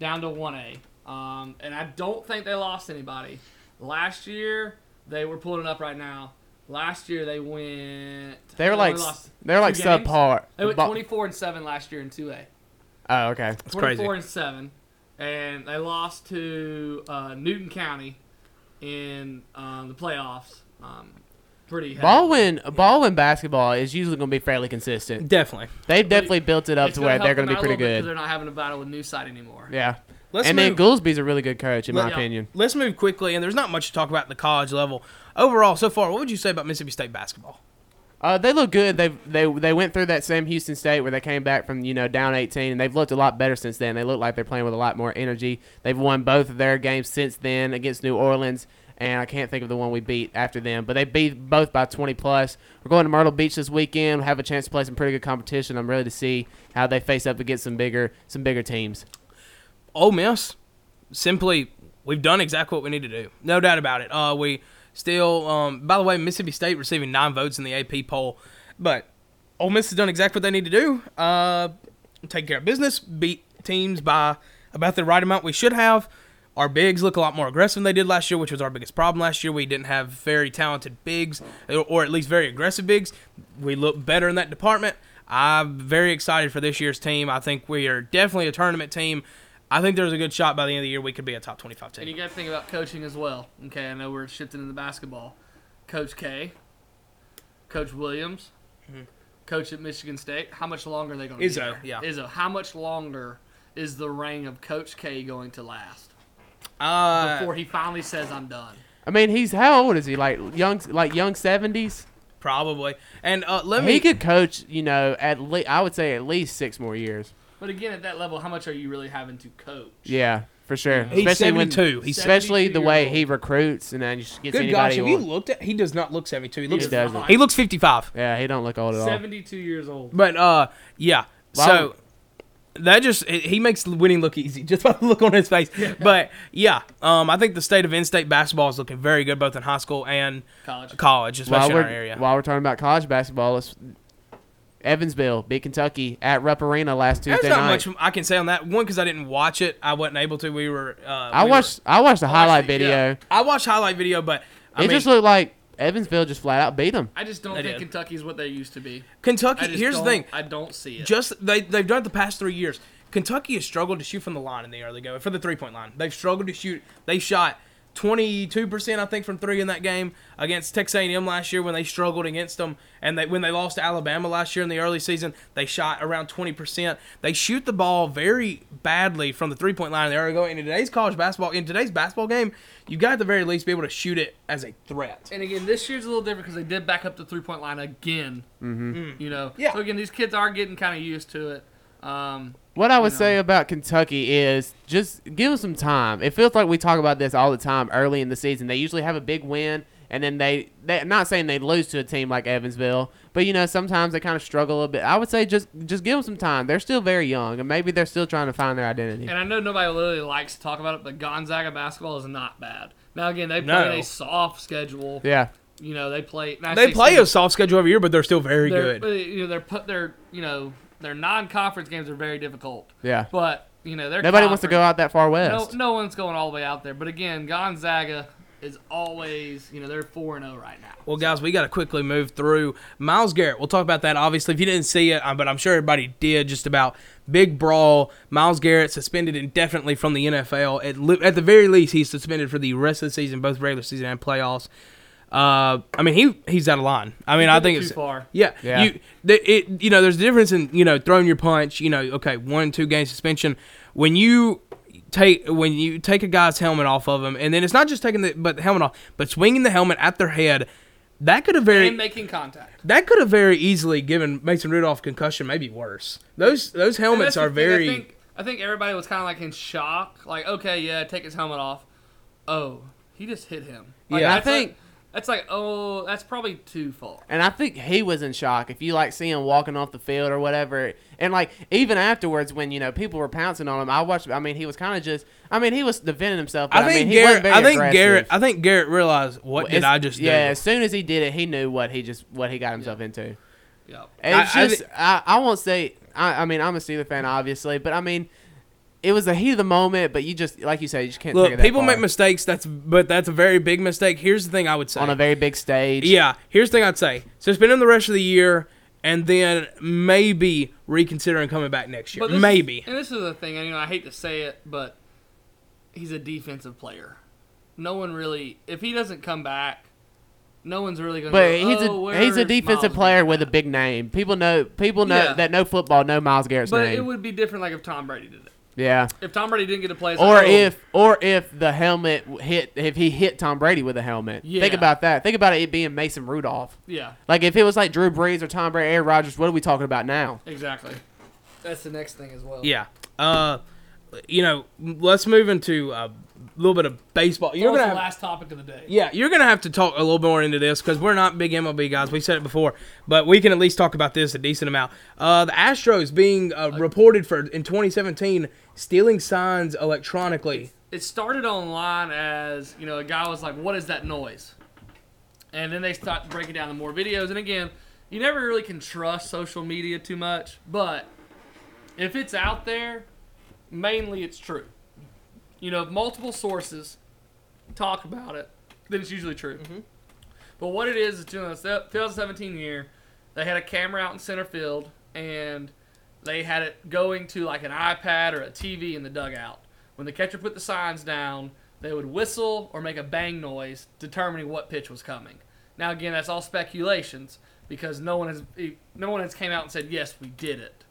down to one A, um, and I don't think they lost anybody. Last year they were pulling it up right now. Last year they went. They were only like lost they're like two games. subpar. They went Bo- 24 and seven last year in two A. Oh, okay. 24 crazy. and seven, and they lost to uh, Newton County in um, the playoffs. Um, pretty heavy. Baldwin Baldwin basketball is usually gonna be fairly consistent. Definitely. They've definitely built it up It's to where help they're gonna them be out a pretty little bit 'cause good. They're not having a battle with Newside anymore. Yeah. Let's and then move- Goolsby's a really good coach, in my Yeah. opinion. Let's move quickly, and there's not much to talk about at the college level. Overall, so far, what would you say about Mississippi State basketball? Uh, they look good. They they they went through that same Houston State where they came back from you know down 18, and they've looked a lot better since then. They look like they're playing with a lot more energy. They've won both of their games since then against New Orleans, and I can't think of the one we beat after them. But they beat both by 20 plus. We're going to Myrtle Beach this weekend. Have a chance to play some pretty good competition. I'm ready to see how they face up against some bigger some bigger teams. Ole Miss, simply, we've done exactly what we need to do. No doubt about it. Uh, we still, um, by the way, Mississippi State receiving nine votes in the AP poll, but Ole Miss has done exactly what they need to do. Uh, take care of business, beat teams by about the right amount we should have. Our bigs look a lot more aggressive than they did last year, which was our biggest problem last year. We didn't have very talented bigs, or- or at least very aggressive bigs. We look better in that department. I'm very excited for this year's team. I think we are definitely a tournament team. I think there's a good shot by the end of the year we could be a top 25 And you team. got to think about coaching as well. Okay, I know we're shifting into basketball. Coach K, Coach Williams, Coach at Michigan State. How much longer are they going to Mm-hmm. Izzo, be yeah. there? Izzo. How much longer is the reign of Coach K going to last Uh, before he finally says, "I'm done"? I mean, he's how old is he? Like young like young 70s. probably. And uh, let me. He could coach, you know, at le- I would say at least six more years. But again, at that level, how much are you really having to coach? Yeah, for sure. He's when- 72. He's especially the 72 way years he recruits and then just gets Good gosh, anybody. have you on. looked at? He does not look 72. He He looks. is doesn't. not. He looks 55. yeah, he don't look old at all. Seventy-two years old. But uh, yeah. So that just he he makes winning look easy just by the look on his face. But yeah, um, I think the state of in-state basketball is looking very good both in high school and College. college, While especially in our we're area. while we're talking about college basketball, let's, Evansville beat Kentucky at Rupp Arena last There's Tuesday not night. much I can say on that one because I didn't watch it. I wasn't able to. We were. Uh, I we watched I watched the were- highlight yeah. video. I watched highlight video, but I it mean, just looked like Evansville just flat out beat them. I just don't They think did. Kentucky's what they used to be. I Kentucky. just Here's the don't- thing. I don't see it. just they they've done it the past three years. Kentucky has struggled to shoot from the line in the early go for the three point line. They've struggled to shoot. They shot 22% I think from 3 in that game against Texas A&M last year when they struggled against them and they when they lost to Alabama last year in the early season they shot around 20%. They shoot the ball very badly from the three-point line in the area go and in today's college basketball in today's basketball game you got to at the very least be able to shoot it as a threat. And again, this year's a little different because they did back up the three point line again. Mm-hmm. You know, Yeah. So again, these kids are getting kind of used to it. Um, What I would say about Kentucky is just give them some time. It feels like we talk about this all the time early in the season. They usually have a big win, and then they, they not saying they lose to a team like Evansville, but you know sometimes they kind of struggle a little bit. I would say just just give them some time. They're still very young, and maybe they're still trying to find their identity. and I know nobody literally likes to talk about it, but Gonzaga basketball is not bad. Now again, they play No. in a soft schedule. Yeah, You know, they play. and I They say play schedule- a soft schedule every year but they're still very they're, good. but, You know, they're put their you know their non-conference games are very difficult. yeah. But you know, they're Nobody wants to go out that far No, west. no one's going all the way out there. But again, Gonzaga is always you know they're four and zero right now. Well, guys, we got to quickly move through Miles Garrett. We'll talk about that, obviously, if you didn't see it, uh, but I'm sure everybody did. Just about big brawl. Miles Garrett suspended indefinitely from the NFL. At, li- at the very least, he's suspended for the rest of the season, both regular season and playoffs. Uh, I mean, he he's out of line. I mean, I took it think too it's far. Yeah, Yeah. You, th- it, you know, there's a difference in you know throwing your punch. You know, okay, one two game suspension. When you take when you take a guy's helmet off of him, and then it's not just taking the but the helmet off, but swinging the helmet at their head. That could have very And making contact. that could have very easily given Mason Rudolph concussion, maybe worse. Those those helmets That's the are thing, very I think, I think everybody was kind of like in shock. Like, okay, yeah, take his helmet off. Oh, he just hit him. Like, Yeah. I that's like- think- that's like, oh, that's probably too far. And I think he was in shock. If you like see him walking off the field or whatever, and like even afterwards when you know people were pouncing on him, I watched. I mean, he was kind of just. I mean, he was defending himself. But I I, think mean, he wasn't Garrett. very I think aggressive. Garrett. I think Garrett realized what Well, did it's- I just yeah, do. as soon as he did it, he knew what he just what he got himself into. Yep. And it's I- I just I, I, won't say I, I mean I'm a Steeler fan obviously, but I mean it was the heat of the moment. But you just like you said, you just can't take it Look, that people far. make mistakes. That's but that's a very big mistake. Here's the thing I would say on a very big stage. Yeah, here's the thing I'd say. So spend him the rest of the year, and then maybe reconsidering coming back next year. But this- maybe. And this is the thing. and, You know, I hate to say it, but he's a defensive player. No one really. If he doesn't come back, no one's really going. to But go, he's a "Oh, he's a where's defensive Miles player Garrett with a at?" big name. People know people know Yeah. that no football, no Miles Garrett's But name. it would be different, like if Tom Brady did it. yeah. If Tom Brady didn't get to play, it's Or like, oh, if or if the helmet w- hit if he hit Tom Brady with a helmet. Think Yeah. about that. Think about it being Mason Rudolph. yeah, Like if it was like Drew Brees or Tom Brady, Aaron Rodgers, what are we talking about now? exactly. That's the next thing as well. Yeah. Uh, you know, let's move into a little bit of baseball. You're That was gonna the have, last topic of the day. yeah, you're gonna have to talk a little more into this because we're not big MLB guys. We said it before, but we can at least talk about this a decent amount. Uh, the Astros being uh, reported for in 2017 stealing signs electronically. It started online as you know a guy was like, "What is that noise?" And then they start breaking down the more videos. And again, you never really can trust social media too much, but if it's out there, mainly it's true. You know, if multiple sources talk about it, then it's usually true. Mm-hmm. But what it is, is during the se- 2017 year, they had a camera out in center field and they had it going to like an iPad or a TV in the dugout. When the catcher put the signs down, they would whistle or make a bang noise determining what pitch was coming. Now again, that's all speculations because no one has e, no one has came out and said yes, we did it.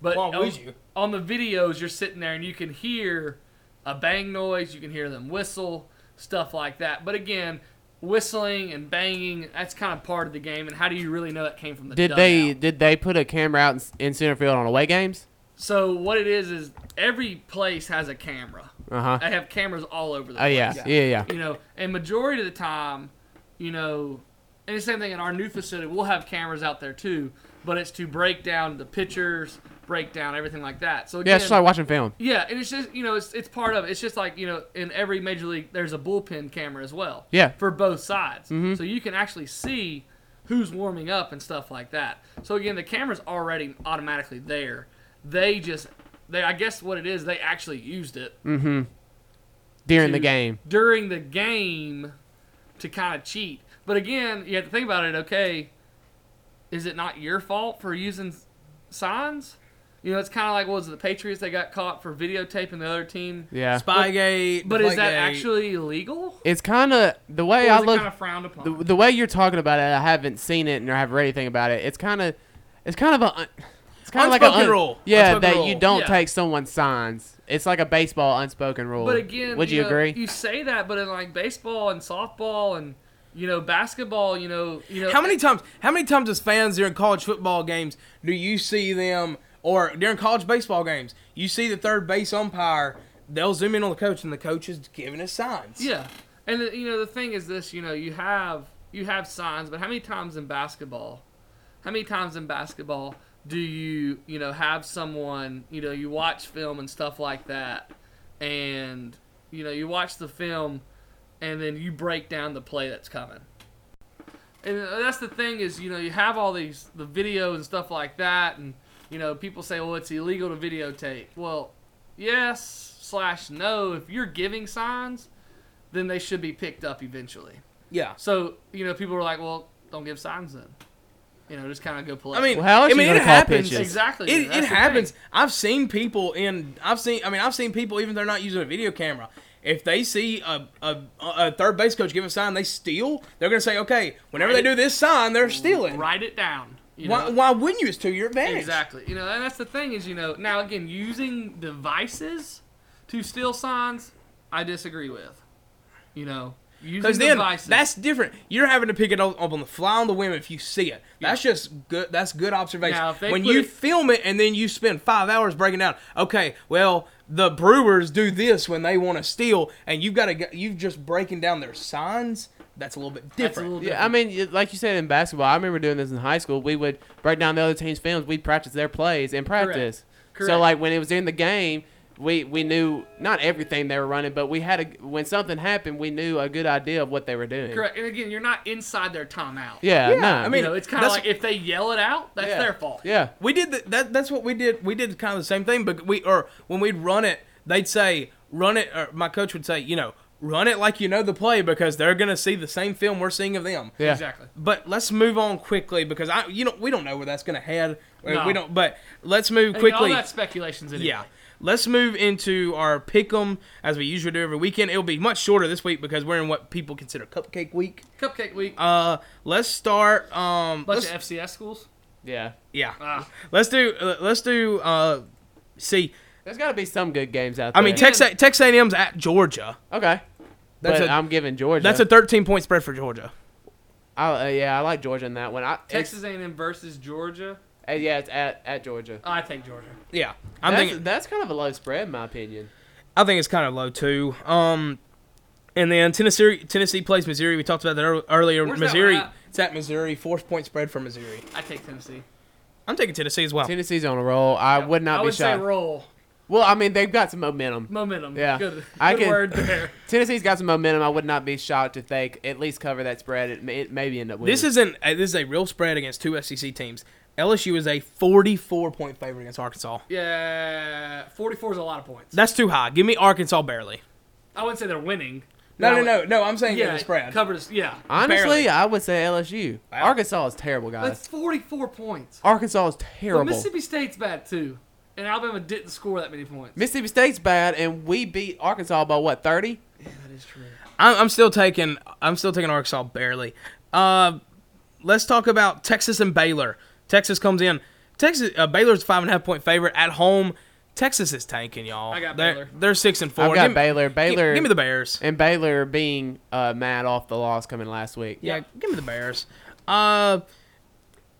But Why would on- you? on the videos, you're sitting there and you can hear a bang noise, you can hear them whistle, stuff like that. But again, whistling and banging, that's kind of part of the game. And how do you really know that came from the Did they dugout? did they put a camera out in, s- in center field on away games? So what it is is every place has a camera. Uh huh. They have cameras all over the Oh place. yeah, yeah, yeah. You know, and majority of the time, you know, and the same thing in our new facility, we'll have cameras out there too, but it's to break down the pictures, break down everything like that. So again, Yeah, it's just like watching film. yeah, and it's just you know it's it's part of it. It's just like you know in every major league there's a bullpen camera as well. Yeah. For both sides, so you can actually see who's warming up and stuff like that. So again, the camera's already automatically there. They just they I guess what it is they actually used it during the to- game. during the game to kind of cheat. But again, you have to think about it. Okay, is it not your fault for using s- signs? You know, it's kind of like what was it, the Patriots? They got caught for videotaping the other team. Yeah. Spygate. But is that Deflategate. actually illegal? It's kind of the way Or I is it look. kind of frowned upon? the, the way you're talking about it, I haven't seen it and I haven't read anything about it. It's kind of, it's kind of a, un- it's kind of like a Unspoken rule. Yeah, Unspoken that rule. you don't Yeah. take someone's signs. It's like a baseball unspoken rule. But again, would you, know, agree? You say that, but in like baseball and softball and you know basketball, you know, you know How many times? How many times as fans during college football games do you see them, or during college baseball games, you see the third base umpire? They'll zoom in on the coach, and the coach is giving us signs. Yeah, and the, you know the thing is this, you know, you have you have signs, but how many times in basketball? How many times in basketball do you you know have someone you know you watch film and stuff like that, and you know you watch the film, and then you break down the play that's coming. And uh, that's the thing is you know you have all these the video and stuff like that, and you know people say well it's illegal to videotape. Well, yes slash no if you're giving signs then they should be picked up eventually. yeah. So you know, people are like, "Well, don't give signs then." You know, just kind of go play. I mean, Well, how else I mean, you gonna it call happens. pitches? Exactly, It, that's it the happens. thing. I've seen people in. I've seen. I mean, I've seen people even if they're not using a video camera. If they see a, a, a third base coach give a sign, they steal. They're gonna say, okay, whenever they do this sign, they're stealing. write it down. You Why, know? why wouldn't you? It's to your advantage. Exactly. You know, and that's the thing is, you know, now again, using devices to steal signs, I disagree with. You know, using Because then devices. that's different. You're having to pick it up up on the fly on the whim if you see it. That's just good. That's good observation. Now, if they when put you it- film it and then you spend five hours breaking down. Okay, well the Brewers do this when they want to steal, and you've got to you've just breaking down their signs. That's a little bit that's a different. little Yeah, I different. mean, y- like you said in basketball, I remember doing this in high school. We would break down the other team's films. We'd practice their plays in practice. So Correct. like when it was in the game, we we knew not everything they were running, but we had a when something happened, we knew a good idea of what they were doing. correct. And again, you're not inside their timeout. Yeah, no. I mean, You know, it's kind of That's- like if they yell it out, that's yeah. their fault. Yeah. We did the, that. That's what we did. We did kind of the same thing, but we or when we'd run it, they'd say run it. Or my coach would say, you know, run it like you know the play because they're gonna see the same film we're seeing of them. Yeah. Exactly. But let's move on quickly because I, you know, we don't know where that's gonna head. No. We don't. But let's move And all quickly. that speculations. Anyway. yeah. Let's move into our pick 'em as we usually do every weekend. It'll be much shorter this week because we're in what people consider cupcake week. Cupcake week. Uh, let's start. Um, bunch let's- of FCS schools. Yeah. yeah. Ah. Let's do. Uh, let's do. Uh, see. There's got to be some good games out I there. mean, Texas Texas A&M's at Georgia. Okay. That's but a- i I'm giving Georgia. That's a 13 point spread for Georgia. I, uh, yeah, I like Georgia in that one. I, Texas A&M versus Georgia. Oh, it's- uh, yeah, it's at, at Georgia. I think Georgia. Yeah, I'm That's, thinking. that's kind of a low spread, in my opinion. I think it's kind of low too. Um, and then Tennessee Tennessee plays Missouri. We talked about that ear- earlier. Where's that Missouri. one at? it's at Missouri. Fourth point spread for Missouri. I take Tennessee. I'm taking Tennessee as well. Tennessee's on a roll. I would not I be would shocked. say roll well, I mean, they've got some momentum. momentum. Yeah. good, I good can- word there. Tennessee's got some momentum. I would not be shocked if they c- at least cover that spread. It, may- it maybe end up winning. This isn't. uh, This is a real spread against two SEC teams. LSU is a 44 point favorite against Arkansas. Yeah, forty-four is a lot of points. That's too high. Give me Arkansas barely. I wouldn't say they're winning. No, no, But I no, would- no. I'm saying yeah, Yeah, the spread. covers. Yeah, honestly. barely. I would say LSU. Wow. Arkansas is terrible, guys. that's forty-four points. Arkansas is But terrible. Mississippi-, Mississippi State's bad too, and Alabama didn't score that many points. State's bad, and we beat Arkansas by what thirty? that is true. I'm, I'm still taking. I'm still taking Arkansas barely. Uh, let's talk about Texas and Baylor. Texas comes in. Texas uh, Baylor's a five and a half point favorite at home. Texas is tanking, y'all. I got they're, Baylor. They're six and 4 I've got me- Baylor. gi- Baylor- Give, me the Bears. And Baylor being uh, mad off the loss coming last week. Yeah, give me the Bears. Uh,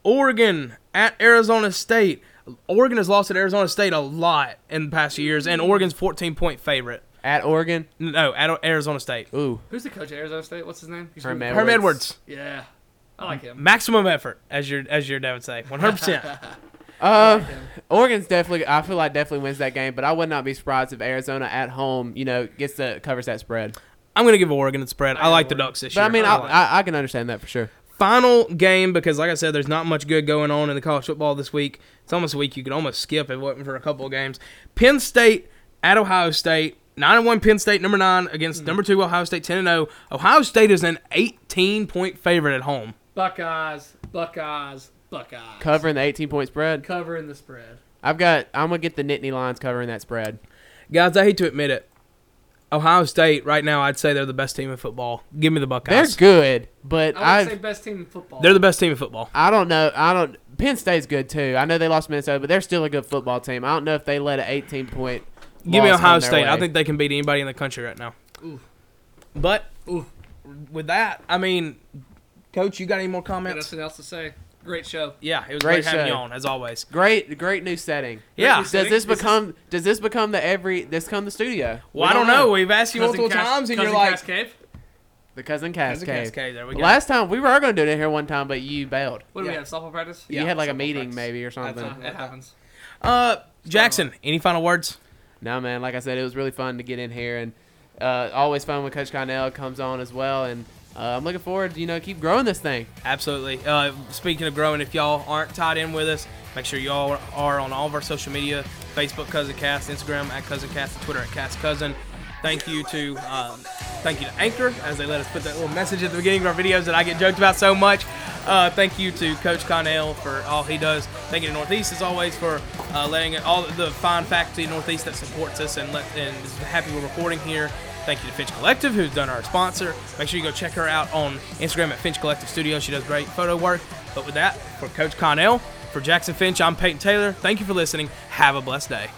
Oregon at Arizona State. Oregon has lost at Arizona State a lot in the past few years, and Oregon's 14 point favorite. At Oregon, No, at Arizona State. ooh, Who's the coach at Arizona State? What's his name? He's Herm really- Herm Edwards. Edwards. Yeah, I like him. Maximum effort, as your as your dad would say, 100. percent Uh, him. Oregon's definitely. I feel like definitely wins that game, but I would not be surprised if Arizona at home, you know, gets the covers that spread. I'm gonna give Oregon a spread. I, like the Ducks this But year. I mean, I, I like- I, I can understand that for sure. final game because, like I said, there's not much good going on in the college football this week. It's almost a week you could almost skip if it wasn't for a couple of games. Penn State at Ohio State. Nine and one Penn State, number nine against number two Ohio State, ten and zero. Ohio State is an 18 point favorite at home. Buckeyes, Buckeyes, Buckeyes. Covering the 18 point spread. covering the spread. I've got. I'm gonna get the Nittany Lions covering that spread. Guys, I hate to admit it. Ohio State, right now, I'd say they're the best team in football. Give me the They're Buckeyes. good, but I I would say best team in football. They're the best team in football. I don't know. I don't. Penn State's good too. I know they lost to Minnesota, but they're still a good football team. I don't know if they let an 18 point. Give me loss Ohio come their State. I way. think they can beat anybody in the country right now. Ooh. But Ooh. with that, I mean, Coach, you got any more Got comments? nothing else to say. Great show. Yeah, it was Great great, having show. you on, as always. great, great new setting. Yeah. Does this Is become? does this become the every? This come the studio? Well, I don't know. We've asked you Cousin multiple Cas- times, and you're Cousin like, Cascade? The cousin cast Cousin cave. Cascade, there we go. Last time we were going to do it in here one time, but you bailed. What do we Yeah. have? Softball practice? you had like a someone meeting practiced. maybe or something. That's- that happens. uh, Jackson, any final words? No, man. Like I said, it was really fun to get in here, and uh, always fun when Coach Connell comes on as well. And uh, I'm looking forward, to, you know, keep growing this thing. Absolutely. Uh, speaking of growing, if y'all aren't tied in with us, make sure y'all are on all of our social media Facebook, Cousin Cast, Instagram at Cousin Cast, and Twitter at Cast Cousin. Thank you to um, thank you to Anchor as they let us put that little message at the beginning of our videos that I get joked about so much. Uh, thank you to Coach Connell for all he does. Thank you to Northeast as always for uh, letting all the fine faculty in Northeast that supports us and let and is happy we're recording here. Thank you to Finch Collective, who's done our sponsor. Make sure you go check her out on Instagram at Finch Collective Studio. She does great photo work. But with that, for Coach Connell, for Jackson Finch, I'm Peyton Taylor. Thank you for listening. Have a blessed day.